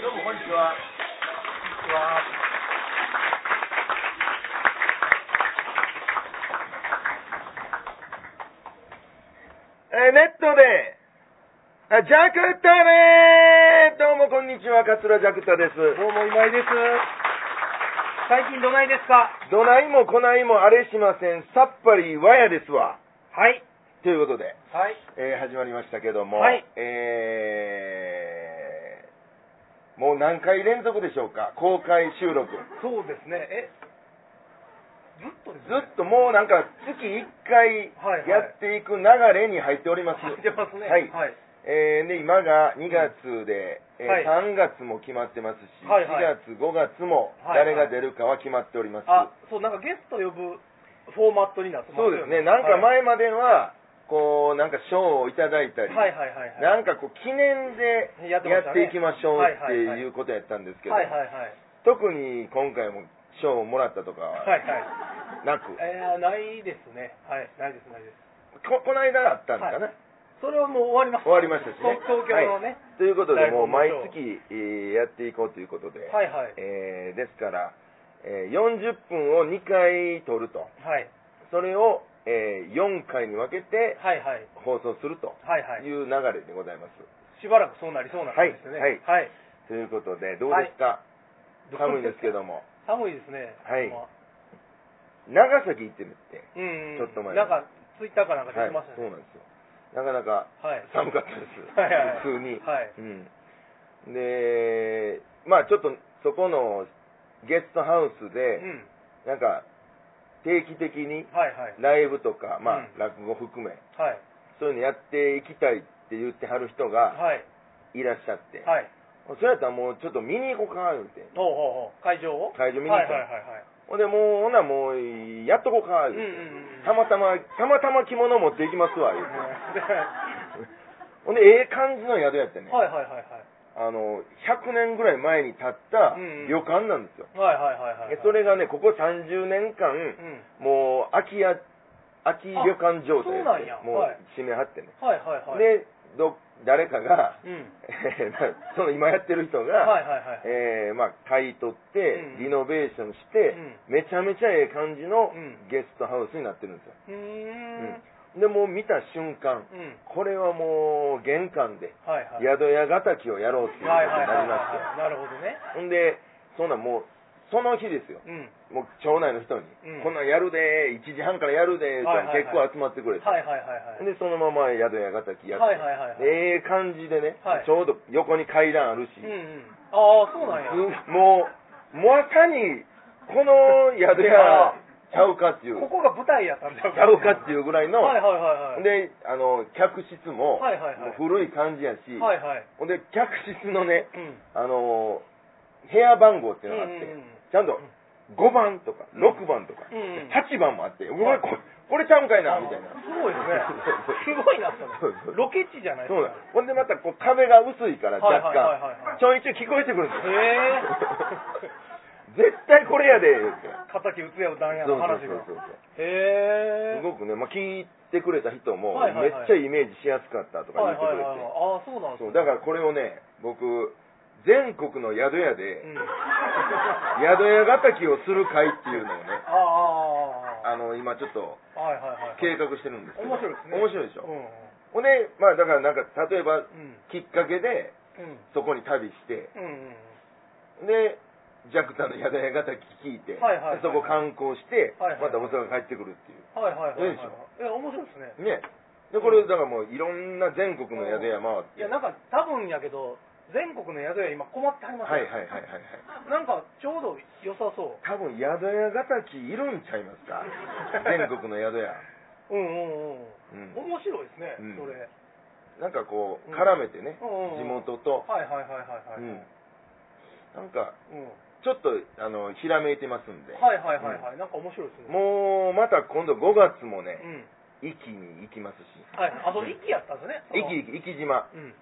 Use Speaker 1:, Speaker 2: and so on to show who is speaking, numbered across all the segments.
Speaker 1: どうもこんにちは。こんにちは。
Speaker 2: えーネットで、あジャクタねーどうもこんにちは、桂ジャクタです。
Speaker 1: どうも今井です。最近どないですか
Speaker 2: どないもこないもあれしません、さっぱりわやですわ。
Speaker 1: はい。
Speaker 2: ということで、
Speaker 1: はい。
Speaker 2: えー始まりましたけども、
Speaker 1: はい
Speaker 2: えー、もう何回連続でしょうか、公開収録。
Speaker 1: そうですね。えずっとです
Speaker 2: ずっ
Speaker 1: ね。
Speaker 2: ともうなんか月1回
Speaker 1: はいは
Speaker 2: やっ
Speaker 1: い
Speaker 2: ていく流れに入っております。
Speaker 1: 入ってますね。
Speaker 2: はい
Speaker 1: はい。
Speaker 2: えーで今が2月で、えー
Speaker 1: はい
Speaker 2: 3月も決まってますし、
Speaker 1: はいはい
Speaker 2: 4月、5月も
Speaker 1: はいはい
Speaker 2: 誰が出るかは決まっております、
Speaker 1: あ、そう、なんかゲスト呼ぶフォーマットになってま
Speaker 2: そ
Speaker 1: す
Speaker 2: う
Speaker 1: よ
Speaker 2: ですね、なんか
Speaker 1: はい
Speaker 2: 前までは、こうなんか賞をいただいたり、
Speaker 1: はいはいはいはい。
Speaker 2: なんかこう記念でや
Speaker 1: や
Speaker 2: っ
Speaker 1: ってましたね
Speaker 2: ていきましょう
Speaker 1: は
Speaker 2: っ
Speaker 1: い
Speaker 2: て
Speaker 1: はいは
Speaker 2: い
Speaker 1: い
Speaker 2: うことやったんですけど
Speaker 1: は、いはいはい。
Speaker 2: 特に今回も賞をもらったとか
Speaker 1: は
Speaker 2: はい
Speaker 1: はい。
Speaker 2: なく、
Speaker 1: えー、ないですね。はい。ないです、ないです。
Speaker 2: ここの間あったんかな。
Speaker 1: はそれはもう終わりました。
Speaker 2: 終わりましたしね
Speaker 1: 東東京のね。
Speaker 2: ということで、
Speaker 1: 大
Speaker 2: もう
Speaker 1: 根の
Speaker 2: 毎
Speaker 1: 賞
Speaker 2: 月、えーやっていこうということで、
Speaker 1: はいはい。
Speaker 2: えーですから、えー40分を2回撮ると、
Speaker 1: はい。
Speaker 2: それを、え4回に分けて
Speaker 1: はいはい。
Speaker 2: 放送すると
Speaker 1: はいはい
Speaker 2: い。う流れでございます。
Speaker 1: しばらくそうなりそうなんですよね。
Speaker 2: はい
Speaker 1: はい。
Speaker 2: ということで、どうですか、寒いですけども、
Speaker 1: 寒いですね。
Speaker 2: はい
Speaker 1: まあ
Speaker 2: 長崎行ってみて、
Speaker 1: うんう
Speaker 2: ちょ
Speaker 1: ん。
Speaker 2: っと前
Speaker 1: なんか、ツイッターかなんか出
Speaker 2: は
Speaker 1: て
Speaker 2: い
Speaker 1: ました
Speaker 2: そう
Speaker 1: ね。
Speaker 2: なんですよ。なかなか
Speaker 1: はい。
Speaker 2: 寒かったです、
Speaker 1: はいはいはい
Speaker 2: 普通に。
Speaker 1: はい
Speaker 2: うん、で、まあちょっとそこのゲストハウス
Speaker 1: う
Speaker 2: で、
Speaker 1: ん。
Speaker 2: なんか定期的に
Speaker 1: はいはい。
Speaker 2: ライブとか、まあ
Speaker 1: うん
Speaker 2: 落語含め、
Speaker 1: はい。
Speaker 2: そういうのやっていきたいって言ってはる人が
Speaker 1: はい。
Speaker 2: いらっしゃって、
Speaker 1: はい。
Speaker 2: それやったらもうちょっと見に行こうか言うて、
Speaker 1: ほうほうほう。会場を
Speaker 2: 会場見に行
Speaker 1: は
Speaker 2: っ
Speaker 1: いはい
Speaker 2: た
Speaker 1: は
Speaker 2: ら
Speaker 1: い
Speaker 2: ほんでもう、ほなもう、やっとこうか
Speaker 1: はい。う
Speaker 2: 言
Speaker 1: んう
Speaker 2: うて、
Speaker 1: んうん。
Speaker 2: たまたま、たまたま着物持っていきますわ、言うてほん
Speaker 1: うん
Speaker 2: で、ええ感じの宿やってね、
Speaker 1: はいはいはいはい。
Speaker 2: あの、100年ぐらい前に建った
Speaker 1: うんうん
Speaker 2: 旅館なんですよ。
Speaker 1: はいはいはいはいはい。
Speaker 2: えそれがね、ここ30年間
Speaker 1: う、ん。
Speaker 2: もう空き家、空き旅館状態
Speaker 1: あそうなんや
Speaker 2: も
Speaker 1: はいう
Speaker 2: 閉め張ってね。
Speaker 1: はいはいはい。、
Speaker 2: で、ど、誰かが、
Speaker 1: うん。
Speaker 2: えーまあその今やってる人が、
Speaker 1: はいはいはい。
Speaker 2: えーまあ、買い取って
Speaker 1: うん、
Speaker 2: リノベーションして、めちゃめちゃええ感じの
Speaker 1: うん
Speaker 2: ゲストハウスになってるんですよ。
Speaker 1: うん。うーん。
Speaker 2: で、もう見た瞬間、
Speaker 1: うん。
Speaker 2: これはもう玄関で、
Speaker 1: はいはい。
Speaker 2: 宿屋敵をやろうっていうことに
Speaker 1: はいはいはい
Speaker 2: なりま
Speaker 1: はい。なるほどね。
Speaker 2: して。ほんで、そんなんもう、その日ですよ。
Speaker 1: うん。
Speaker 2: もう町内の人に、
Speaker 1: うん
Speaker 2: こんなんやるでー、1時半からやるでー
Speaker 1: はい
Speaker 2: っ
Speaker 1: はいはい
Speaker 2: て結構集まってくれて。
Speaker 1: はいはいはいはい。
Speaker 2: で、そのまま宿屋敵やって、
Speaker 1: はいはいはいはい
Speaker 2: ええ感じでね、
Speaker 1: はい
Speaker 2: ちょうど横に階段あるし、
Speaker 1: うんうん。ああ、そうなんや。
Speaker 2: もう、まさに、この宿屋、ちゃうかっていう、
Speaker 1: こ
Speaker 2: ち
Speaker 1: こが舞台やったんだよ。
Speaker 2: ゃうかっていうぐらいの、
Speaker 1: はいはいはいはい。
Speaker 2: で、あの、客室も、
Speaker 1: はいはいはい
Speaker 2: もう古い感じやし、
Speaker 1: はいはい。
Speaker 2: ほんで、客室のね、
Speaker 1: うん。
Speaker 2: あの、部屋番号っていうのがあって、
Speaker 1: うんうんうん
Speaker 2: ちゃんと、5番とか、6番とか、
Speaker 1: うんうん
Speaker 2: 8番もあって、うわこれ、これちゃうんかいな、みたいな。
Speaker 1: すごいですね。すごいな、そ
Speaker 2: そうそう
Speaker 1: れ。ロケ地じゃないで
Speaker 2: そうな
Speaker 1: すか
Speaker 2: の。ほんでまたこう壁が薄いから
Speaker 1: はい
Speaker 2: 若
Speaker 1: はい
Speaker 2: 干、
Speaker 1: はいはいはい
Speaker 2: ちょいちょい聞こえてくるんですよ。
Speaker 1: へ
Speaker 2: 絶対これやで言うて
Speaker 1: 敵うつやうだんやの話が。
Speaker 2: そうそうそうそう
Speaker 1: へ
Speaker 2: す
Speaker 1: え。
Speaker 2: ごくね、まあ、聞いてくれた人も、
Speaker 1: はいはいはい
Speaker 2: めっちゃイメージしやすかったとか
Speaker 1: は
Speaker 2: 言っ
Speaker 1: いはい
Speaker 2: て
Speaker 1: はい
Speaker 2: くれ
Speaker 1: はい。
Speaker 2: て、
Speaker 1: ああ、そうなんです
Speaker 2: そうだからこれをね、僕、全国の宿屋
Speaker 1: う
Speaker 2: で、
Speaker 1: ん。
Speaker 2: 宿屋敵をする会っていうのをね、
Speaker 1: ああ、あ
Speaker 2: あの今ちょっと
Speaker 1: あ、はいはいはい。
Speaker 2: 計画してるんですけど、
Speaker 1: 面白いですね。
Speaker 2: 面白いでしょ。
Speaker 1: うん。
Speaker 2: ほんで、まあ、だからなんか、例えば、
Speaker 1: うん。
Speaker 2: きっかけで、
Speaker 1: うん。
Speaker 2: そこに旅して、
Speaker 1: うんうん。
Speaker 2: で、ジャクタの宿屋が聞いて、
Speaker 1: はいはいはい
Speaker 2: でそこ観光して、
Speaker 1: はいはい
Speaker 2: また大阪に帰ってくるっていう。
Speaker 1: はいはいはいはい
Speaker 2: いいでし
Speaker 1: え、面白いですね。
Speaker 2: ね。で、これ、だからもういろんな全国の宿屋回って。
Speaker 1: いや、なんか多分やけど、全国の宿屋今困ってはります
Speaker 2: はい
Speaker 1: よ。
Speaker 2: はいはいはいはい。
Speaker 1: なんかちょうど良さそ
Speaker 2: 多分宿屋がたきいるんちゃいます か全国の宿屋。
Speaker 1: う。うんうんう
Speaker 2: う
Speaker 1: ん。
Speaker 2: ん
Speaker 1: 面白いですね、
Speaker 2: うん
Speaker 1: それ。
Speaker 2: なんかこう、
Speaker 1: うん
Speaker 2: 絡めてね、
Speaker 1: うんうん
Speaker 2: 地元と。
Speaker 1: はいはいはいはいはい。
Speaker 2: う
Speaker 1: うんん。
Speaker 2: なんか、ちょっと、あの、ひらめいてますんで。
Speaker 1: はいはいはいはい。なんか面白いですね。
Speaker 2: もう、また今度5月も
Speaker 1: う
Speaker 2: ね、
Speaker 1: ん。
Speaker 2: 壱岐に行きますし。
Speaker 1: はい。あ、そう、息やったんですね。
Speaker 2: 壱岐、壱岐島。
Speaker 1: その。うん。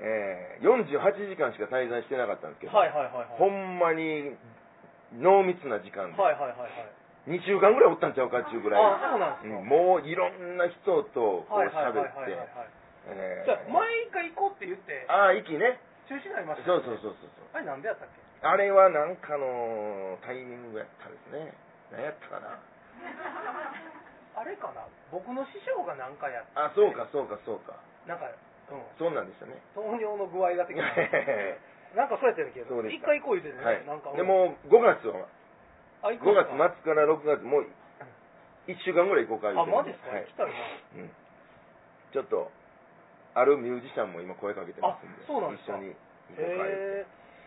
Speaker 2: えー、48時間しか滞在してなかったんですけど、
Speaker 1: はいはいはいはい。
Speaker 2: ほんまに濃密な時間で、
Speaker 1: はいはいはいはい。
Speaker 2: 2週間ぐらいおったんちゃうかっていうぐらい、
Speaker 1: あ、そうなんですか。
Speaker 2: うんもういろんな人とこう
Speaker 1: はいはいはい
Speaker 2: 喋
Speaker 1: は
Speaker 2: って
Speaker 1: いはいはい。
Speaker 2: え
Speaker 1: じゃあ、
Speaker 2: ー
Speaker 1: 毎回行こうって言って、
Speaker 2: ああ、息ね、
Speaker 1: 中中止になりました、
Speaker 2: そうそうそうそうそう
Speaker 1: あれなんでやったっけ
Speaker 2: あれはなんかのタイミングやったですね何やったかな
Speaker 1: あれかな僕の師匠が何かやっ
Speaker 2: あそうかそうかそうか
Speaker 1: なんか、うん、
Speaker 2: そんなんでしたね
Speaker 1: 糖尿の具合が 的ななんかそうやったんやけ
Speaker 2: そ
Speaker 1: ど
Speaker 2: うでし
Speaker 1: 一
Speaker 2: た
Speaker 1: 回こう言うてね、
Speaker 2: はい
Speaker 1: なんか
Speaker 2: でも5月は
Speaker 1: あ行
Speaker 2: 5
Speaker 1: くんす
Speaker 2: 月
Speaker 1: か
Speaker 2: 末から6月もう1週間ぐらい行こうか
Speaker 1: あマジっ
Speaker 2: です
Speaker 1: か、
Speaker 2: はい
Speaker 1: 行きたいな
Speaker 2: うんちょっとあるミュージシャンも今声かけてますんで
Speaker 1: あそうなんですか
Speaker 2: 一緒に行こうか
Speaker 1: へえ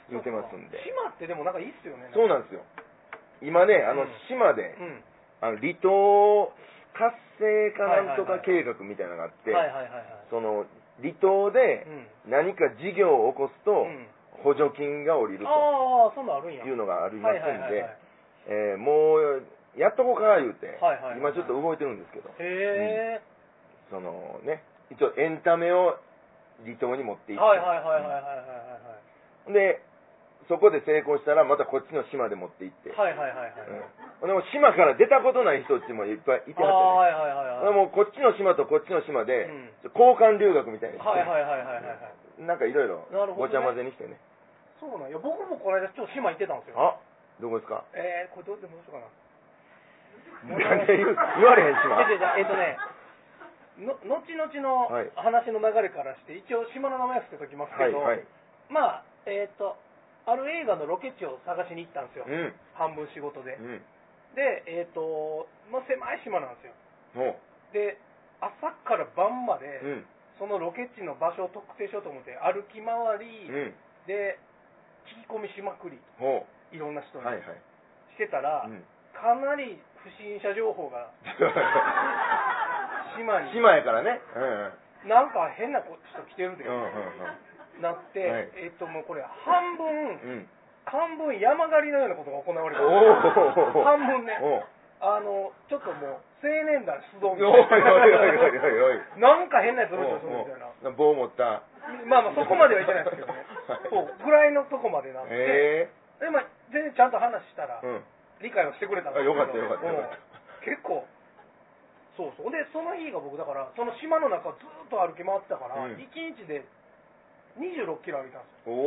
Speaker 2: 言うてますんで
Speaker 1: 島ってでもなんかいいっすよね
Speaker 2: そう
Speaker 1: なんか
Speaker 2: なんですよ今ねあ
Speaker 1: う
Speaker 2: の
Speaker 1: ん
Speaker 2: 島で、
Speaker 1: うん
Speaker 2: あの離島活性化なんとか計画みたいなのがあって、
Speaker 1: はいはいはいはい
Speaker 2: その離島で
Speaker 1: うん
Speaker 2: 何か事業を起こすと
Speaker 1: うん
Speaker 2: 補助金が下りると
Speaker 1: ああそんなんあるんや
Speaker 2: いうのがありま
Speaker 1: は
Speaker 2: す
Speaker 1: いはい
Speaker 2: ん
Speaker 1: はいはい
Speaker 2: でえーもうやっとこうか言うて、
Speaker 1: はいはいはい
Speaker 2: 今ちょっと動いてるんですけど
Speaker 1: へえ、
Speaker 2: そのね一応エンタメを離島に持っていって、
Speaker 1: はいはいはいはいはいは
Speaker 2: でそこで成功したらまたこっちの島で持って行って、
Speaker 1: いはいはいはいはいはいはい
Speaker 2: うんでも島から出たことない人っちもいっぱいいて
Speaker 1: あ
Speaker 2: は
Speaker 1: あ
Speaker 2: ってね
Speaker 1: はいはいはいはい
Speaker 2: でもこっちの島とこっちの島で、
Speaker 1: うん
Speaker 2: 交換留学みたいにして、
Speaker 1: はいはいはいはいはいはい
Speaker 2: なんかいろいろ
Speaker 1: なるほど
Speaker 2: ご
Speaker 1: ね
Speaker 2: ちゃ混ぜにしてね
Speaker 1: そうなんいや僕もこの間ちょっと島行ってたんですよ
Speaker 2: あどこですか
Speaker 1: えー、これどうでもどうしようかな
Speaker 2: なんで言う言われへん島
Speaker 1: え違う違うえっとねの後々の
Speaker 2: はい
Speaker 1: 話の流れからして、一応島の名前は伏せときます
Speaker 2: は
Speaker 1: け
Speaker 2: い
Speaker 1: ど、
Speaker 2: はい
Speaker 1: まあえっ、とある映画のロケ地を探しに行ったんですよ、
Speaker 2: うん
Speaker 1: 半分仕事で
Speaker 2: うん
Speaker 1: でえっ、とまあ狭い島なんですよ
Speaker 2: も
Speaker 1: で朝から晩まで、
Speaker 2: ううん
Speaker 1: そのロケ地の場所を特定しようと思って歩き回り、
Speaker 2: うん
Speaker 1: で聞き込みしまくり
Speaker 2: ほ
Speaker 1: いろんな人
Speaker 2: う
Speaker 1: に
Speaker 2: はいはい
Speaker 1: してたら、
Speaker 2: うん
Speaker 1: かなり不審者情報が島に
Speaker 2: 島やからねうんうん
Speaker 1: なんか変な人来てるで、
Speaker 2: うんうん
Speaker 1: なって、
Speaker 2: はい
Speaker 1: えっともうこれ半分
Speaker 2: うんう ん
Speaker 1: 半分山狩りのようなことが行われてる
Speaker 2: おお
Speaker 1: 半分ね
Speaker 2: おう
Speaker 1: あのちょっともう青年団出動
Speaker 2: おい
Speaker 1: み
Speaker 2: おいおい
Speaker 1: たい
Speaker 2: おいおい
Speaker 1: ななんか変なやつ
Speaker 2: お
Speaker 1: おる
Speaker 2: う
Speaker 1: ぞみたいな
Speaker 2: おう棒持った
Speaker 1: まあまあそこまではいけないですけどね
Speaker 2: はい
Speaker 1: そうぐらいのとこまでなって、
Speaker 2: え
Speaker 1: でまあ全然ちゃんと話したら
Speaker 2: えうん
Speaker 1: 理解はしてくれた
Speaker 2: あ
Speaker 1: んですけ
Speaker 2: よ
Speaker 1: ど
Speaker 2: かったよかったよかった
Speaker 1: うん結構そうそうでその日が僕だからその島の中をずっと歩き回ってたから、
Speaker 2: うん
Speaker 1: 一1日で26キロ歩いたんですよ
Speaker 2: お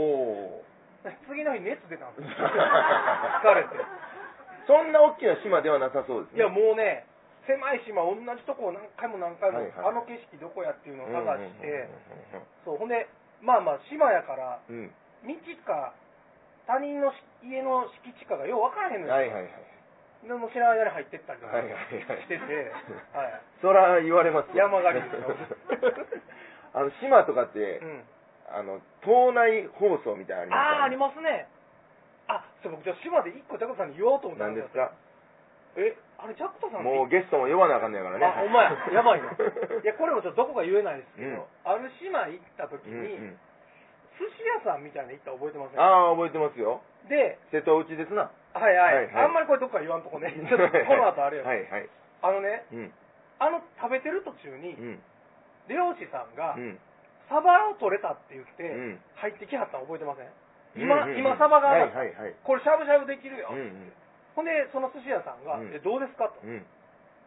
Speaker 2: お
Speaker 1: 次の日熱 出 たんですよ疲れて
Speaker 2: そんな大きな島ではなさそうです
Speaker 1: い
Speaker 2: ね
Speaker 1: やもうね狭い島同じとこを何回も何回も、
Speaker 2: はいはい
Speaker 1: あの景色どこやっていうのを探して、
Speaker 2: う
Speaker 1: そうほんでまあまあ島やから
Speaker 2: んうんうんうん
Speaker 1: 道か他人の家の敷地かがよう分からへん
Speaker 2: うん
Speaker 1: のよ、
Speaker 2: はいはいはい
Speaker 1: でも知らない間に入ってったりとか
Speaker 2: はいはいはい
Speaker 1: してて、 はい、
Speaker 2: そら言われますよ
Speaker 1: 山狩りですよ
Speaker 2: あの島とかって
Speaker 1: うん、
Speaker 2: あの島内放送みたいなのあ
Speaker 1: ああーあり
Speaker 2: ります
Speaker 1: ますねあそう僕じゃあ島で一個ジャクタさんに言おうと思っ
Speaker 2: か
Speaker 1: た
Speaker 2: なんんです
Speaker 1: よ
Speaker 2: か
Speaker 1: えあれジャクタさんって
Speaker 2: もうゲストも呼ばなあかんねやからね
Speaker 1: あお前やばい ないや
Speaker 2: う
Speaker 1: これもちょっとどこか言えないですけ
Speaker 2: うん
Speaker 1: ど、ある島行った時
Speaker 2: ん
Speaker 1: に、
Speaker 2: うん
Speaker 1: 寿司屋さんみたいなの行ったの覚えてません
Speaker 2: ああ覚えてますよ
Speaker 1: で
Speaker 2: 瀬戸内ですな
Speaker 1: はいはい、
Speaker 2: はいはい
Speaker 1: あんまりこれどっか言わんとこねちょっとこの後あれよ、
Speaker 2: はいはい
Speaker 1: あのね
Speaker 2: うん
Speaker 1: あの食べてる途中に
Speaker 2: うん
Speaker 1: 漁師さんが、
Speaker 2: うん
Speaker 1: サバを取れたって言って、
Speaker 2: うん
Speaker 1: 入ってきはったの覚えてません
Speaker 2: う
Speaker 1: 今、
Speaker 2: んうんうん
Speaker 1: 今サバが
Speaker 2: は
Speaker 1: 上
Speaker 2: い
Speaker 1: が
Speaker 2: はい
Speaker 1: った、
Speaker 2: はい
Speaker 1: これしゃぶしゃぶできるよ、
Speaker 2: うんうん
Speaker 1: ほんでその寿司屋さんが
Speaker 2: う
Speaker 1: 「
Speaker 2: ん
Speaker 1: えどうですか?」と
Speaker 2: うん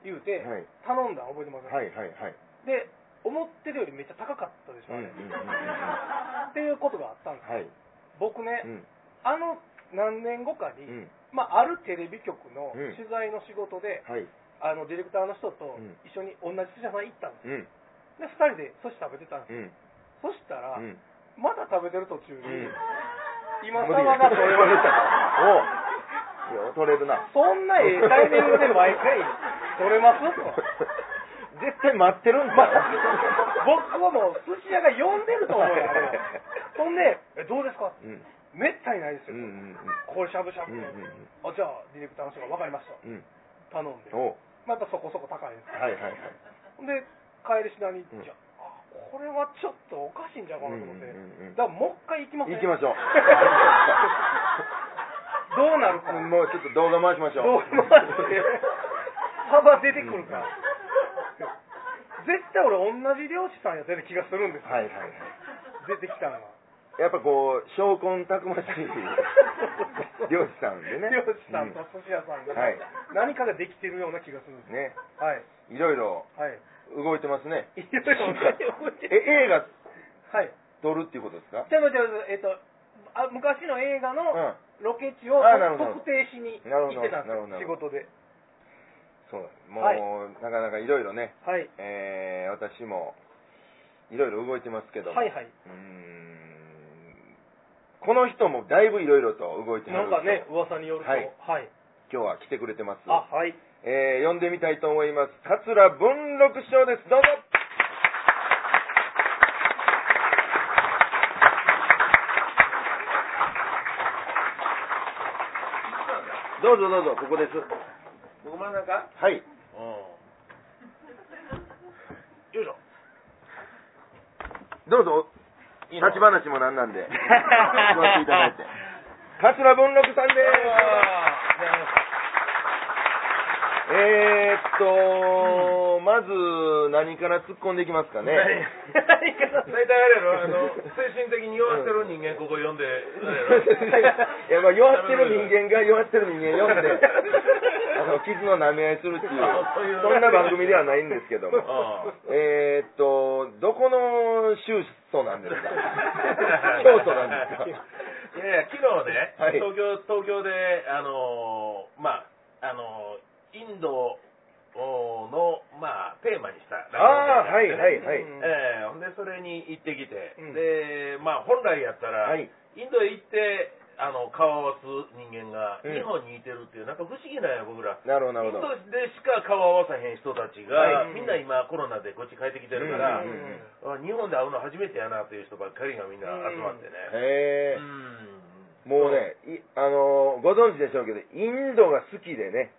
Speaker 1: 言うて、
Speaker 2: はい
Speaker 1: 頼んだの覚えてます、
Speaker 2: はいはいはい
Speaker 1: で思ってるよりめっちゃ高かったでしょあれ、
Speaker 2: うんうんうんうん
Speaker 1: っていうことがあったんです
Speaker 2: はい
Speaker 1: 僕ね、
Speaker 2: うん
Speaker 1: あの何年後かに、
Speaker 2: うん
Speaker 1: まあ、あるテレビ局の
Speaker 2: うん
Speaker 1: 取材の仕事で、
Speaker 2: はい
Speaker 1: あのディレクターの人と
Speaker 2: うん
Speaker 1: 一緒に同じ寿司屋さん行ったんです
Speaker 2: うん
Speaker 1: で2人で寿司食べてたんです
Speaker 2: うん
Speaker 1: そしたら、
Speaker 2: うん
Speaker 1: まだ食べてる途中に、
Speaker 2: うん
Speaker 1: 今さまが取れま した
Speaker 2: おう取れるな
Speaker 1: そんなええタイミングで毎回取れますと
Speaker 2: 絶対待ってるんだ、
Speaker 1: まあ、僕はもう寿司屋が呼んでると思うよあれはそんで「えどうですか?」
Speaker 2: うん
Speaker 1: めったにないです
Speaker 2: うん
Speaker 1: よ、
Speaker 2: うん
Speaker 1: これしゃぶしゃぶ
Speaker 2: うんう
Speaker 1: で、
Speaker 2: ん
Speaker 1: あじゃあディレクターの人が分かりました
Speaker 2: うんうん
Speaker 1: 頼んで、ま
Speaker 2: おう
Speaker 1: あ、やっぱそこそこ高いです
Speaker 2: はいはいはい
Speaker 1: で帰りしなに、
Speaker 2: うん
Speaker 1: じゃあこれはちょっとおかしいんじゃないかなと思って、
Speaker 2: うんうんうんうん
Speaker 1: だからもう一回行きません
Speaker 2: 行きましょう
Speaker 1: どうなるか
Speaker 2: もうちょっと動画回しましょう
Speaker 1: どうもあって幅出てくるから、絶対俺同じ漁師さんやってる気がするんですよ、
Speaker 2: はいはいはい
Speaker 1: 出てきたの は
Speaker 2: やっぱこう証拠たくましい 漁師さんでね
Speaker 1: 漁師さんと寿司屋さんが、
Speaker 2: はい
Speaker 1: 何かができてるような気がするんです
Speaker 2: うんね
Speaker 1: はい
Speaker 2: いろいろ
Speaker 1: はい
Speaker 2: 動いてますね
Speaker 1: いろいろ動いてる
Speaker 2: え映画
Speaker 1: はい
Speaker 2: 撮るっていうことですか
Speaker 1: じゃあ、じゃあ、えっと、あ昔の映画
Speaker 2: う
Speaker 1: の
Speaker 2: ん。
Speaker 1: ロケ地を
Speaker 2: あなるほど
Speaker 1: 特定しに
Speaker 2: なるほ
Speaker 1: 行
Speaker 2: ど
Speaker 1: ってたんで
Speaker 2: なるほど
Speaker 1: すよ、仕事で。
Speaker 2: そう。もう、
Speaker 1: はい
Speaker 2: なかなかいろいろね、
Speaker 1: はい。
Speaker 2: えー、私も、いろいろ動いてますけども、
Speaker 1: はいはい。
Speaker 2: うーんこの人もだいぶいろいろと動いてま
Speaker 1: な
Speaker 2: す
Speaker 1: んかね、噂によると。
Speaker 2: は
Speaker 1: はいい。
Speaker 2: 今日は来てくれてます。
Speaker 1: あ、 はい。
Speaker 2: えー、呼んでみたいと思います。桂文六師匠です。どうぞ。どうぞどうぞ、ここです。
Speaker 3: 僕真ん中
Speaker 2: はい。
Speaker 3: よいしょ
Speaker 2: どうぞ、立ち話もなん なんで、座っていただいて。桂文六さんです。えーっと、まず何から突っ込んでいきますかね。
Speaker 1: 何か
Speaker 3: 大体あれやろあの精神的に弱ってる人間ここ呼んであれやろ
Speaker 2: いやまあ弱ってる人間が弱ってる人間 読んで、あの傷の舐め合いするっていう、
Speaker 3: あそういう
Speaker 2: そんな番組ではないんですけども、
Speaker 3: あ、
Speaker 2: えーっと、どこの州都なんですか京都なんですか、
Speaker 3: いやいや昨日ね、
Speaker 2: はい
Speaker 3: 東京東京であのーまああのーインドのまあテーマにした
Speaker 2: ああ、
Speaker 3: ラ
Speaker 2: は
Speaker 3: イ
Speaker 2: い
Speaker 3: ブ
Speaker 2: は
Speaker 3: があって
Speaker 2: いはい、
Speaker 1: うん
Speaker 3: ええほんでそれに行ってきて、
Speaker 1: うん
Speaker 3: でまあ本来やったら、
Speaker 2: はい、
Speaker 3: インドへ行ってあの顔を合わす人間が
Speaker 2: うん
Speaker 3: 日本にいてるっていう、なんか不思議なんや僕ら
Speaker 2: なるほど、な
Speaker 3: イ
Speaker 2: る
Speaker 3: ン
Speaker 2: ほど。
Speaker 3: ドでしか顔を合わさへん人たちが、
Speaker 1: はい
Speaker 3: みんな今コロナでこっち帰ってきてるか
Speaker 2: あ
Speaker 3: ら、
Speaker 2: うんうん
Speaker 3: あ日本で会うの初めてやなという人ばっかりがみんな集まってね、
Speaker 2: へえ
Speaker 3: うん
Speaker 2: もうね、いあのーご存知でしょうけど、インドが好きでね、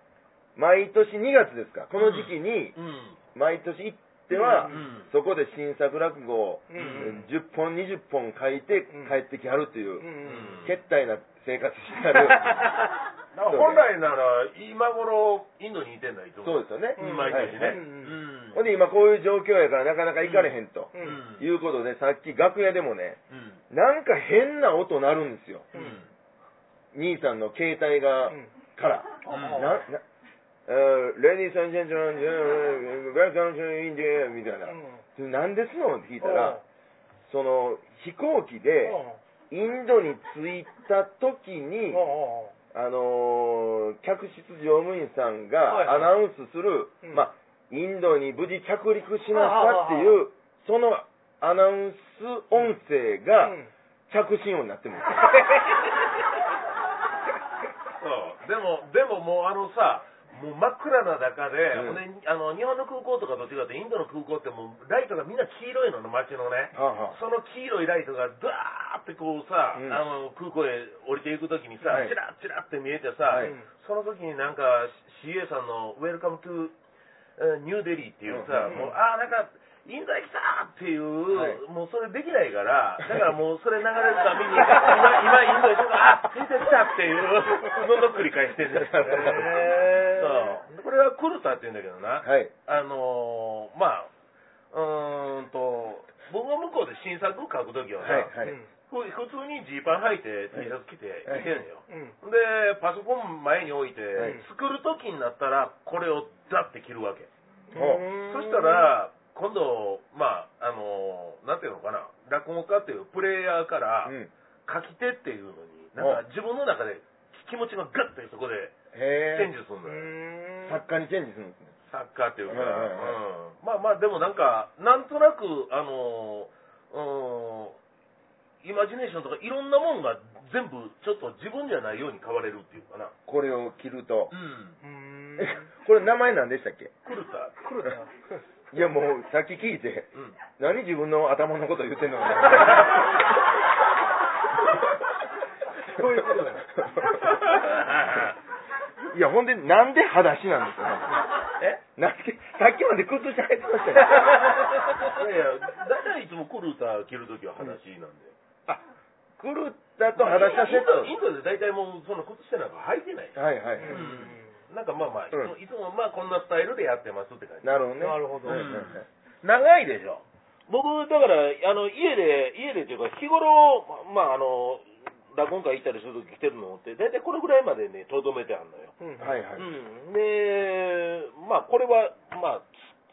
Speaker 2: 毎年2月ですか、この時期に
Speaker 3: うん
Speaker 2: 毎年行っては、
Speaker 3: うん
Speaker 2: そこで新作落語を
Speaker 1: うん
Speaker 3: うん
Speaker 2: 10本、20本書いて
Speaker 1: うん
Speaker 2: 帰ってきはるという う、
Speaker 1: ん
Speaker 3: うん
Speaker 2: けったいな生活してはる、
Speaker 3: だから本 来なら今頃インドにいてんだいつ
Speaker 2: そう
Speaker 3: も
Speaker 2: ですよね。
Speaker 3: うん毎年ね、
Speaker 2: はい
Speaker 1: うん
Speaker 3: うん
Speaker 2: ほんで今こういう状況やからなかなか行かれへんと、
Speaker 1: うんうん
Speaker 2: いうことで、さっき楽屋でもね、
Speaker 3: うんうん
Speaker 2: なんか変な音鳴るんですよ。
Speaker 3: うん
Speaker 2: 兄さんの携帯が、から。
Speaker 3: うん
Speaker 2: ななレディーさん、ジェンジェンジェン、ガルさん、ジェンジェン、みたいな。なんですのって聞いたら、その、飛行機で、インドに着いた時に、あのー客室乗務員さん
Speaker 1: はい
Speaker 2: が
Speaker 1: は
Speaker 2: アナウンスする、
Speaker 1: うん
Speaker 2: まあ、インドに無事着陸しましたっていう、そのアナウンス音声が着信音に なってます。
Speaker 3: そうでもでももうあのさもう真っ暗な中で、
Speaker 2: うん
Speaker 3: ほんであの日本の空港とかと違ってインドの空港ってもうライトがみんな黄色いのの街のね
Speaker 2: はあはあ
Speaker 3: その黄色いライトがダーってこうさ、
Speaker 2: うん
Speaker 3: あの空港へ降りていく時にさ、
Speaker 2: はい
Speaker 3: チラッチラッって見えてさ、
Speaker 2: はい
Speaker 3: その時になんか CA さんの「Welcome to えーニューデリー」っていうさ、
Speaker 2: うん
Speaker 3: もうああなんかインドへ来たっていう、
Speaker 2: はい
Speaker 3: もうそれできないからだからもうそれ流れるために今今インドへ来たあインドへ来たっていうのの繰り返してんだよそうこれはクルタって言うんだけどな、
Speaker 2: はい。
Speaker 3: あのーまあうーんと僕が向こうで新作書くときは
Speaker 2: は
Speaker 3: さ、
Speaker 2: い。はい。
Speaker 3: ふ普通にジーパン履いて T シャツ着て
Speaker 2: はい
Speaker 3: いてんのよ、でパソコン前に置いて、
Speaker 2: はい
Speaker 3: 作る時になったらこれをザッて切るわけ、
Speaker 2: う
Speaker 3: そしたら今度まああのなんていうのかな落語家っていうプレイヤーから
Speaker 2: うん。
Speaker 3: 書き手っていうのになんか自分の中で気持ちがガッてそこでチェン
Speaker 2: へ
Speaker 3: ジするのよ、
Speaker 2: え。作家にチェンジするんですね。
Speaker 3: サッカーっていうか、
Speaker 2: はいはいはい
Speaker 3: うん、まあまあでもなんかなんとなくあのうんイマジネーションとかいろんなもんが全部ちょっと自分じゃないように変われるっていうかな
Speaker 2: これを着ると。
Speaker 3: うん
Speaker 2: えこれ名前何でしたっけ
Speaker 3: 狂った
Speaker 2: いやもうさっき聞いて、
Speaker 3: うん
Speaker 2: 何自分の頭のこと言ってんのかな。
Speaker 1: そういうことだよ
Speaker 2: いやほんでなんで裸足なんですか
Speaker 3: え
Speaker 2: なんでさっきまで靴下履いてましたよ。
Speaker 3: いやいや、だいたいいつもクルーター着るときは裸足なんで。
Speaker 2: あ、狂ったと裸足はセッ
Speaker 3: イン
Speaker 2: ト。
Speaker 3: ドインドでだいたいもうその靴下なんか履いてない。
Speaker 2: はいはい。
Speaker 3: なんかまあまあ、いつも,、
Speaker 2: う
Speaker 3: いつもまあこんなスタイルでやってますって感じ。
Speaker 2: なるほどね。
Speaker 1: なるほど
Speaker 2: はいはいはい
Speaker 3: 長いでしょ。僕、だから、あの、家で、家でというか、日頃、まあ、あの、落語会行ったりするとき着てるのって、だいたいこれぐらいまでね、とどめてあんのよ。
Speaker 2: はいはい。
Speaker 3: うん、で、まあ、これは、まあ、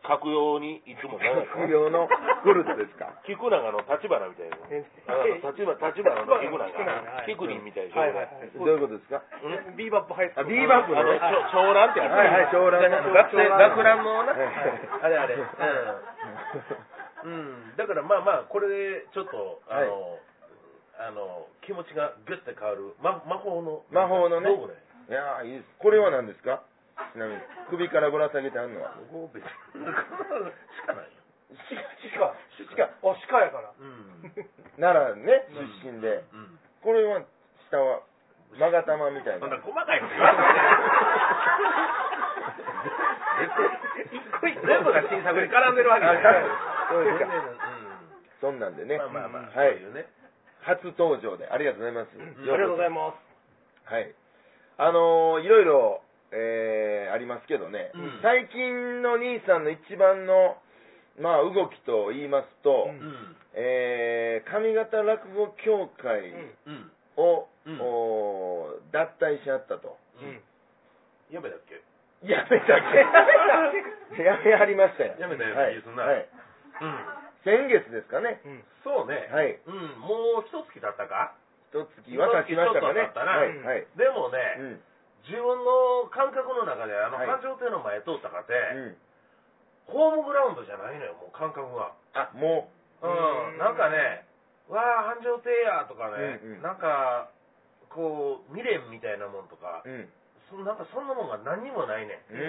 Speaker 3: 閣僚にいつも何や
Speaker 2: 閣僚のクルトですか。
Speaker 3: 菊永の立花みたいな。
Speaker 1: え
Speaker 3: あの立花、立花の菊
Speaker 1: 菊永は
Speaker 3: 永。
Speaker 1: い
Speaker 3: 菊人みたいでしょ。
Speaker 1: はいはいはい
Speaker 2: どういうことですか
Speaker 1: うんビーバップハイスクール
Speaker 2: あビーバップ
Speaker 3: あの、
Speaker 2: はい
Speaker 3: ちょ長蘭ってある
Speaker 2: はいはい長蘭
Speaker 3: 学生、学蘭のな。
Speaker 2: はい
Speaker 3: あれあれ。うん。うん。だからまあまあ、これでちょっと、あの、あの、気持ちがギュッて変わる。ま、魔法の。
Speaker 2: 魔法のね
Speaker 3: 道具だよ
Speaker 2: いやーいいです。これは何ですかちなみに、首からぶら下げてあるのは。
Speaker 3: 僕別に。しかないよ。
Speaker 1: シカ
Speaker 2: しか、
Speaker 1: あシカやから
Speaker 3: うん。
Speaker 2: 奈良ね、出身で。
Speaker 3: うん。
Speaker 2: これは、下は、まがたまみたい
Speaker 3: そん
Speaker 2: な。
Speaker 3: な細かいこと言わないで。 一個一個全部が新作に絡んでるわけじゃない。
Speaker 2: そうですか
Speaker 3: う
Speaker 2: そんなんでね、
Speaker 3: んまあまあまあ、
Speaker 2: はい
Speaker 3: そういうね。
Speaker 2: 初登場で、ありがとうございます。
Speaker 1: ありがとうございます
Speaker 2: はい。あのーいろいろ、えーありますけどね、
Speaker 3: うん
Speaker 2: 最近の兄さんの一番の、まあ、動きと言いますと、
Speaker 1: う
Speaker 3: うんん。
Speaker 2: えー上方落語協会
Speaker 3: うん。
Speaker 2: を、
Speaker 3: うん
Speaker 2: おー脱退しはったと。
Speaker 1: うん
Speaker 3: やめだっけ
Speaker 2: やめたっけ やめはりましたよ。
Speaker 3: やめたよ
Speaker 2: はい
Speaker 3: いいですな
Speaker 2: はい。
Speaker 3: うん。
Speaker 2: 先月ですかね。
Speaker 1: うん
Speaker 3: そうね。
Speaker 2: はい。
Speaker 3: うん。もう一月経ったか
Speaker 2: 一月は経ちまし
Speaker 3: 一月ちょっと
Speaker 2: たかね。
Speaker 3: 経ったな
Speaker 2: はい。はい。
Speaker 3: でもね、
Speaker 2: うん。
Speaker 3: 自分の感覚の中で、あの、
Speaker 2: はい
Speaker 3: 繁盛亭の前通ったかて、
Speaker 2: うん。
Speaker 3: ホームグラウンドじゃないのよ、もう感覚が。
Speaker 2: あ、も
Speaker 3: うん、なんかね、わあ、繁盛亭やとかね、
Speaker 2: うんうん
Speaker 3: なんか、こう、未練みたいなもんとか
Speaker 2: う。、うん。
Speaker 3: そなんかそんなもんが何にもないね
Speaker 2: うんう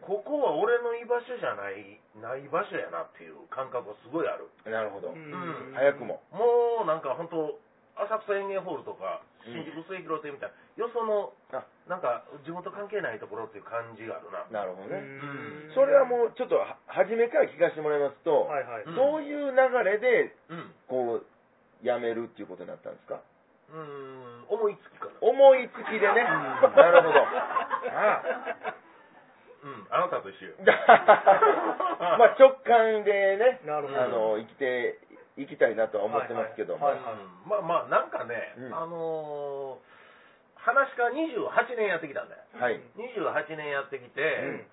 Speaker 2: ん
Speaker 3: ここは俺の居場所じゃない、ない場所やなっていう感覚がすごいある。
Speaker 2: うん。なるほど。
Speaker 3: ん
Speaker 2: 早くも。
Speaker 3: もうなんか本当浅草園芸ホールとか、
Speaker 2: うん
Speaker 3: 新宿末広亭みたいな、よその
Speaker 2: あ、
Speaker 3: なんか地元関係ないところっていう感じがあるな。
Speaker 2: なるほどね。
Speaker 3: ん
Speaker 2: それは
Speaker 1: う
Speaker 2: もうちょっとは初めから聞かせてもらいますと、
Speaker 1: はいはい
Speaker 3: うん
Speaker 2: どういう流れで
Speaker 3: うん。
Speaker 2: こう辞めるっていうことになったんですか
Speaker 3: うん、思いつきかな。
Speaker 2: 思いつきでね、
Speaker 3: うん
Speaker 2: なるほ どあ
Speaker 3: うん、あなたと一緒よ。
Speaker 2: あまあ直感でね
Speaker 1: なるほど
Speaker 2: あの生きていきたいなとは思ってますけども、
Speaker 1: は
Speaker 2: はいい
Speaker 1: はい
Speaker 3: うんまあまあ、なんかね、
Speaker 2: うん
Speaker 3: あのー話家28年やってきたんだよ。
Speaker 2: はい
Speaker 3: 28年やってきて、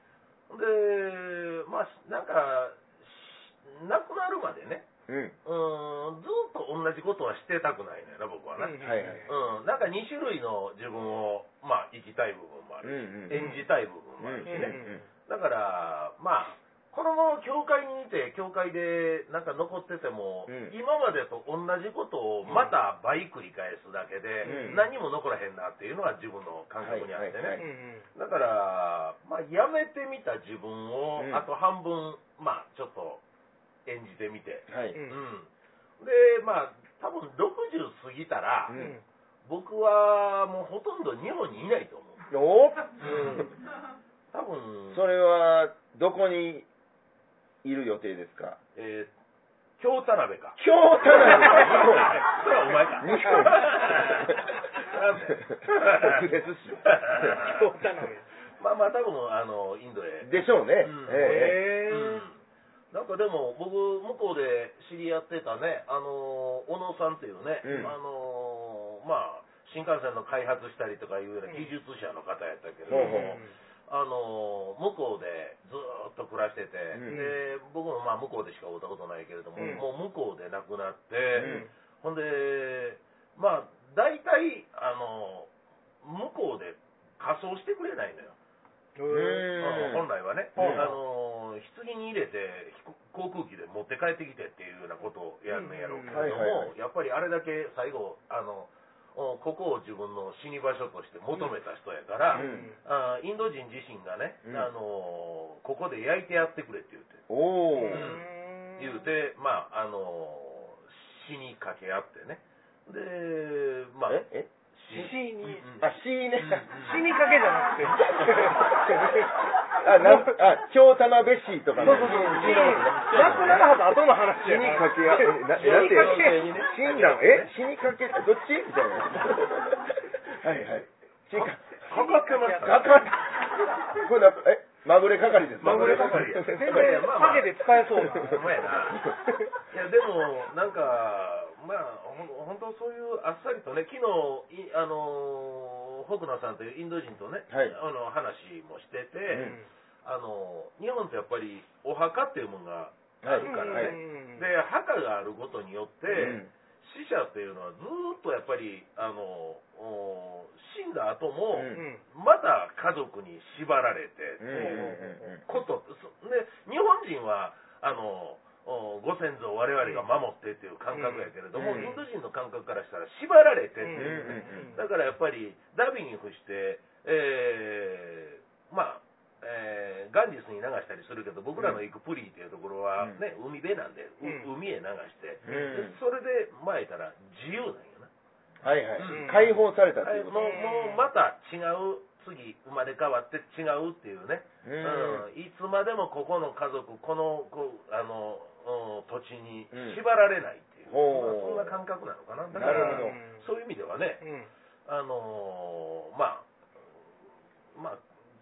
Speaker 3: で、まあ、なんか、し亡くなるまでね、
Speaker 2: うん
Speaker 3: うん、ずっと同じことはしてたくないのよな、僕はね。
Speaker 2: はいはい
Speaker 3: うん、なんか2種類の自分を、まあ、生きたい部分もあ
Speaker 2: う
Speaker 3: るし、
Speaker 2: んうん
Speaker 3: 演じたい部分もあるし
Speaker 2: うん
Speaker 3: ね。だから、まあ、このまま教会にいて、教会でなんか残ってても、
Speaker 2: うん
Speaker 3: 今までと同じことをまた倍繰り返すだけで、
Speaker 2: うん
Speaker 3: 何も残らへんなっていうのが自分の感覚にあってね。
Speaker 2: はいはいはい
Speaker 3: だから、まあ、やめてみた自分を、
Speaker 2: うん
Speaker 3: あと半分、まあ、ちょっと演じてみて。
Speaker 2: はい
Speaker 1: う
Speaker 3: う
Speaker 1: ん
Speaker 3: ん。で、まあ、多分60過ぎたら、
Speaker 2: うん
Speaker 3: 僕はもうほとんど日本にいないと思う。う
Speaker 2: お
Speaker 3: ん。多分、
Speaker 2: それはどこにいる予定ですか
Speaker 3: えー、京田辺か。
Speaker 2: 京都なんですか
Speaker 3: それはお前か。
Speaker 2: 日本特別視
Speaker 1: 京田辺
Speaker 3: まあまあ、多分、あの、インドへ。
Speaker 2: でしょうね。
Speaker 3: うん
Speaker 2: ええ
Speaker 1: へ
Speaker 3: うんなんかでも僕向こうで知り合ってたねあのー小野さんっていうね、
Speaker 2: うん
Speaker 3: あのーまあ新幹線の開発したりとかいうような技術者の方やったけど、
Speaker 2: ほう
Speaker 3: あの
Speaker 2: ほう
Speaker 3: ー向こうでずーっと暮らしてて、
Speaker 2: うん
Speaker 3: で僕もまあ向こうでしか会ったことないけれども、
Speaker 1: うん
Speaker 3: もう向こうで亡くなって、ほ
Speaker 2: うん
Speaker 3: んでまあ大体あのー向こうで仮装してくれないのよ
Speaker 2: うん
Speaker 3: 本来はね、
Speaker 2: うん
Speaker 3: あの棺に入れて飛行航空機で持って帰ってきてっていうようなことをやるんやろうけれども、
Speaker 2: うんはいはいはい
Speaker 3: やっぱりあれだけ最後あの、おここを自分の死に場所として求めた人やから、あ
Speaker 2: うん
Speaker 3: インド人自身がね、
Speaker 2: うん
Speaker 3: あのここで焼いてやってくれって言って、
Speaker 2: おお。
Speaker 3: 言うて、まああの死にかけ合ってね、で、まあ、
Speaker 2: ええ
Speaker 1: 死に
Speaker 3: うんうん
Speaker 2: あ、C ね。
Speaker 1: 死にかけじゃ なくて
Speaker 2: あ、なんあ、京田辺市とかね。
Speaker 1: そうそうそう死に亡くならはた後の話
Speaker 2: 死
Speaker 1: や
Speaker 2: に
Speaker 1: から
Speaker 2: かけや、え、な、
Speaker 1: 死
Speaker 2: なん
Speaker 1: に
Speaker 2: て
Speaker 1: かけ
Speaker 2: 死んだのえ死にかけってどっちみたいな。はいはい。死にか
Speaker 3: かかってました
Speaker 2: かかった。これな、え、まぐれ係です。
Speaker 3: まぐれ係や
Speaker 1: 全然ハゲで使えそうな
Speaker 3: ほんまやな。いや、でも、なんか、まあ、ほん本当そういうあっさりとね、昨日、いあのー、北野さんというインド人とね、
Speaker 2: はい
Speaker 3: あの話もしてて、
Speaker 2: う
Speaker 3: あの日本ってやっぱりお墓っていうものがあるから
Speaker 2: はい
Speaker 3: ね、で墓があることによって、
Speaker 2: うん
Speaker 3: 死者っていうのはずーっとやっぱりあのお死んだ後も、
Speaker 2: うん
Speaker 1: うん
Speaker 3: また家族に縛られてって
Speaker 2: う
Speaker 3: い
Speaker 2: ん
Speaker 3: う
Speaker 2: うんうん
Speaker 3: ことそで日本人はあのおご先祖を我々が守ってっていう感覚やけれども、
Speaker 2: うん
Speaker 3: インド人の感覚からしたら縛られてって
Speaker 1: うん
Speaker 3: いうね、
Speaker 1: うん
Speaker 3: だからやっぱりダビに付して、えーまあ、えーガンジスに流したりするけど僕らの行くプリーっていうところは、
Speaker 2: うん
Speaker 3: ね海辺なんで、う
Speaker 1: うん
Speaker 3: 海へ流して、
Speaker 2: うん
Speaker 3: でそれで巻いたら自由なんよな、
Speaker 2: はいはい
Speaker 3: うん
Speaker 2: 解放されたって
Speaker 3: はいいう
Speaker 2: こ
Speaker 3: もうもうまた違う次生まれ変わって違うっていうね、
Speaker 2: とう
Speaker 3: うんいつまでもここの家族このこうあの、うん土地に
Speaker 2: うん
Speaker 3: 縛られないっていう、
Speaker 2: ほう
Speaker 3: まあそんな感覚なのかなだか
Speaker 2: なる
Speaker 3: ら
Speaker 2: ほど
Speaker 3: そういう意味ではね、
Speaker 1: うんうん
Speaker 3: あのーまあ、まあ、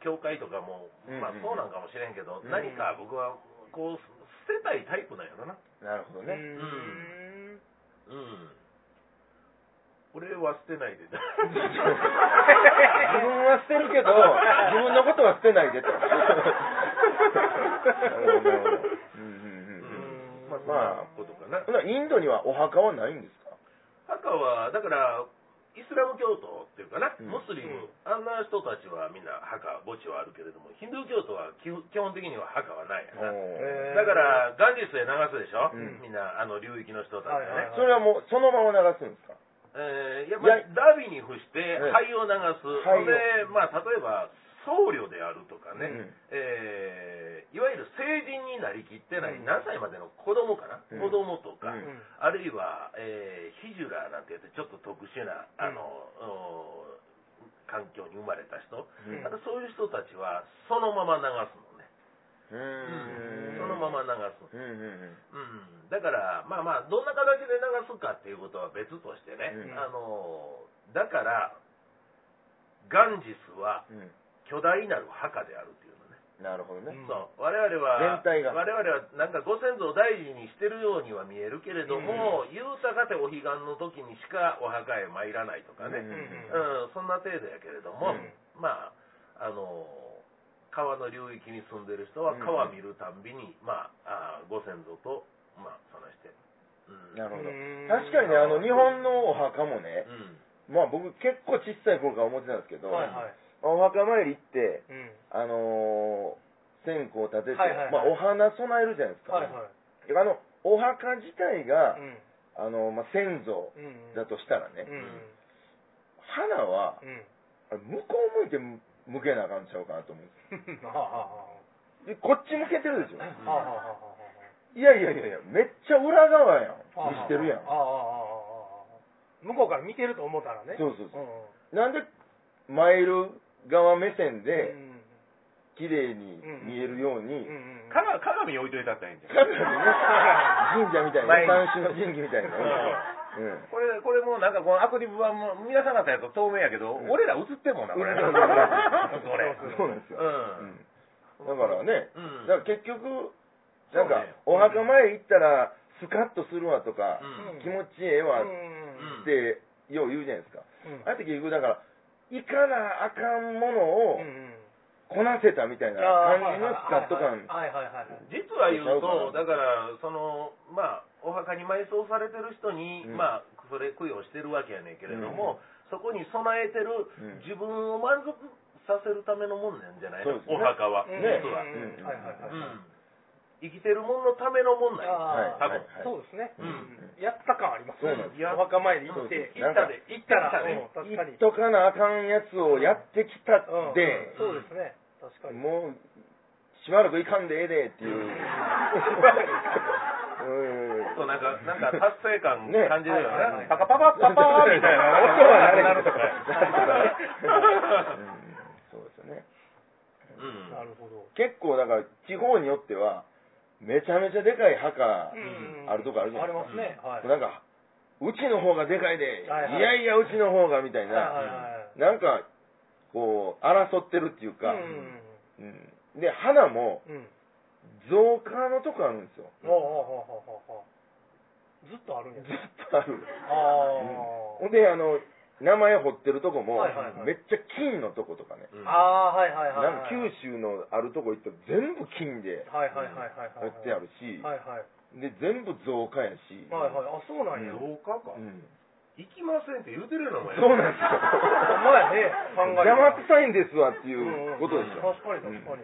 Speaker 3: 教会とかも、
Speaker 2: うんうん
Speaker 3: まあ、そうなんかもしれんけど、
Speaker 2: うん
Speaker 3: 何か僕はこう捨てたいタイプなんやろな、
Speaker 2: なるほど
Speaker 1: う
Speaker 2: ね
Speaker 1: ん
Speaker 3: うん、俺は捨てないで、
Speaker 2: 自分は捨てるけど自分のことは捨てないでとな
Speaker 3: うん
Speaker 2: るほどなるほどうんうんうんま
Speaker 3: まあ、
Speaker 2: あ
Speaker 3: まあ、ことかな
Speaker 2: ほ。なインドにはお墓はないんですか
Speaker 3: 墓はだからイスラム教徒っていうかな、
Speaker 2: うん
Speaker 3: ムスリ
Speaker 1: う
Speaker 3: ム
Speaker 1: ん、
Speaker 3: あんな人たちはみんな墓、墓地はあるけれども、ヒンドゥー教徒は基本基本的には墓はないやな。
Speaker 2: おー
Speaker 3: だから、ガンジスへ流すでしょ、
Speaker 2: うん
Speaker 3: みんな、あの、流域の人たちがね。
Speaker 1: はいはいはい
Speaker 2: それはもうそのまま流すんですか
Speaker 3: えーいやまあ
Speaker 2: いや
Speaker 3: ダビに付して
Speaker 2: うん
Speaker 3: 灰を流す、
Speaker 2: 灰を
Speaker 3: で、まあ、例えば僧侶であるとかね、
Speaker 2: うん
Speaker 3: えーいわゆる成人になりきってない、
Speaker 1: うん
Speaker 3: 何歳までの子供かな、
Speaker 2: うん
Speaker 3: 子供とか、
Speaker 2: うん
Speaker 3: あるいは、えーヒジュラーなんて言ってちょっと特殊なあの、お環境に生まれた人、
Speaker 2: うん
Speaker 3: だからそういう人たちはそのまま流すのね、
Speaker 2: うーん
Speaker 3: そのまま流すの
Speaker 2: う
Speaker 3: うん、
Speaker 2: んうんうん
Speaker 3: だから、まあまあ、どんな形で流すかっていうことは別としてね、
Speaker 2: うん
Speaker 3: あのだから、ガンジスは
Speaker 2: う
Speaker 3: 巨大なる墓であるっていうのね、
Speaker 2: んなるほどね
Speaker 1: うん
Speaker 3: そう我々は
Speaker 2: 全体が
Speaker 3: 我々はなんかご先祖を大事にしてるようには見えるけれども、豊かてお彼岸の時にしかお墓へ参らないとか
Speaker 2: うん
Speaker 3: ね、
Speaker 1: う
Speaker 3: うん
Speaker 1: ん
Speaker 3: そんな程度やけれども、
Speaker 2: うん
Speaker 3: まああの川の流域に住んでる人は川見るたんびに、まああーご先祖とまあ話して、うん、
Speaker 2: なるほど
Speaker 1: うん
Speaker 2: 確かにねあの日本のお墓もね
Speaker 3: うん
Speaker 2: まあ僕結構小さい頃から思ってたんですけど
Speaker 1: はいはい
Speaker 2: お墓参り行って
Speaker 1: うん
Speaker 2: あのー線香立てて、
Speaker 1: はいはい
Speaker 2: まあ、
Speaker 1: はい
Speaker 2: お花供えるじゃないですか、
Speaker 1: はいはい
Speaker 2: あのお墓自体が、
Speaker 1: うん
Speaker 2: あのまあ、先祖
Speaker 1: うん
Speaker 2: だとしたらね、
Speaker 1: うん
Speaker 2: 花は
Speaker 1: うん
Speaker 2: あれ向こう向いて向けなあかんちゃうかなと思うんで
Speaker 1: はあはあは
Speaker 2: すでこっち向けてるでしょ
Speaker 1: あはあはあはあはあ
Speaker 2: いやいやいやいやめっちゃ裏側やん
Speaker 1: ああ
Speaker 2: 見してるやん
Speaker 1: ああああああ向こうから見てると思ったらね
Speaker 2: そうそうそ
Speaker 1: うん
Speaker 2: うなんでマイル側目線
Speaker 1: う
Speaker 2: で
Speaker 1: ん
Speaker 2: 綺麗に見えるように、
Speaker 1: うんうんうん
Speaker 3: 鏡鏡置いといたったらいいんじゃない
Speaker 2: 神社みたいな
Speaker 3: 前に
Speaker 2: 三種の神器みたいな、うんうん
Speaker 3: これこれもうなんかこのアクリル板も皆さん方やと透明やけど、俺ら映ってんもんなこれ
Speaker 2: 映ってる
Speaker 3: これ
Speaker 2: そうなんですよ、
Speaker 3: うん
Speaker 2: うんだからね、
Speaker 3: うん
Speaker 2: だから結局なんか、
Speaker 3: そうね
Speaker 2: お墓前行ったらスカッとするわとか、
Speaker 3: うん
Speaker 2: 気持ちええわ
Speaker 1: う
Speaker 2: っ
Speaker 1: んうん
Speaker 2: てよう言うじゃないですか、
Speaker 1: うん
Speaker 2: あれって結局だから行かなあかんものを
Speaker 1: うんうん
Speaker 2: こなせたみたいな感じのスカッと感
Speaker 1: はいはいはいはい
Speaker 3: 実は言うと、
Speaker 2: ちゃ
Speaker 3: だから、その、まあ、お墓に埋葬されてる人に、
Speaker 2: うん
Speaker 3: まあ、それ供養してるわけやねんけれども、そこに備えてる
Speaker 2: うん
Speaker 3: 自分を満足させるためのもんなんじゃない
Speaker 2: そう
Speaker 3: の、
Speaker 2: ですね
Speaker 3: お墓は、
Speaker 1: うん
Speaker 2: ね
Speaker 3: 実は、
Speaker 1: うんうんはいはいはい
Speaker 3: うん生きてるもののためのもんなんや
Speaker 1: ああ
Speaker 3: 多分
Speaker 1: そうですね
Speaker 3: うん
Speaker 1: やった感あります
Speaker 2: そうなんです
Speaker 3: よ
Speaker 1: お墓参り行っ
Speaker 2: そうで
Speaker 1: て
Speaker 2: す
Speaker 1: 行ったで行ったら
Speaker 3: 行
Speaker 1: うん
Speaker 3: っ
Speaker 1: 確か
Speaker 2: 行
Speaker 1: に
Speaker 2: っとかなあかんやつをやってきた
Speaker 1: うん
Speaker 2: で、
Speaker 1: そうですね確かに
Speaker 2: もうしばらく行かんでええでっていう、 うん
Speaker 3: ちょっとなんか、なんか達成感
Speaker 2: ね
Speaker 3: 感じるよ
Speaker 1: はいは
Speaker 3: ね。
Speaker 1: いはい
Speaker 3: パカパカパパーみたいな。
Speaker 2: 音は
Speaker 3: なくなる
Speaker 2: 鳴れ
Speaker 3: とか。
Speaker 2: うんそうですよね
Speaker 3: うん
Speaker 1: なるほど
Speaker 2: 結構だから地方によってはめちゃめちゃでかい墓、
Speaker 1: うん
Speaker 2: あるとこあるじゃ
Speaker 1: あ
Speaker 2: ない
Speaker 1: り
Speaker 2: ですか
Speaker 1: ますねはい
Speaker 2: なんかうちの方がでかいで、
Speaker 1: はいはい
Speaker 2: いやいやうちの方がみたいな、
Speaker 1: はいはいはい
Speaker 2: なんかこう争ってるっていうか、う
Speaker 1: う
Speaker 2: んで花も
Speaker 1: んうんうん
Speaker 2: 造花のとこあるんですよ
Speaker 1: おうおうおうおうおうおうずっとあるん
Speaker 2: ずっ
Speaker 1: やね
Speaker 2: とある
Speaker 1: ああ
Speaker 2: ほんであの名前彫ってるとこも
Speaker 1: はいはいはい
Speaker 2: めっちゃ金のとことかね
Speaker 3: うん
Speaker 1: ああ、はいはいはい。
Speaker 2: なんか九州のあるとこ行ったら全部金で
Speaker 1: はいはいはいは
Speaker 2: 彫
Speaker 1: い。
Speaker 2: ってあるし
Speaker 1: はいはい。
Speaker 2: で全部造花やし
Speaker 1: はいはい。あ、そうなんや。
Speaker 3: 廊下か、
Speaker 2: うん
Speaker 3: 行きませんって言うてるようなもんや
Speaker 2: そうなんですよ
Speaker 1: ほんまやね考えたら
Speaker 2: 邪魔くさいんですわっていうことでし
Speaker 1: うん
Speaker 2: ょ
Speaker 1: 確かに確かに。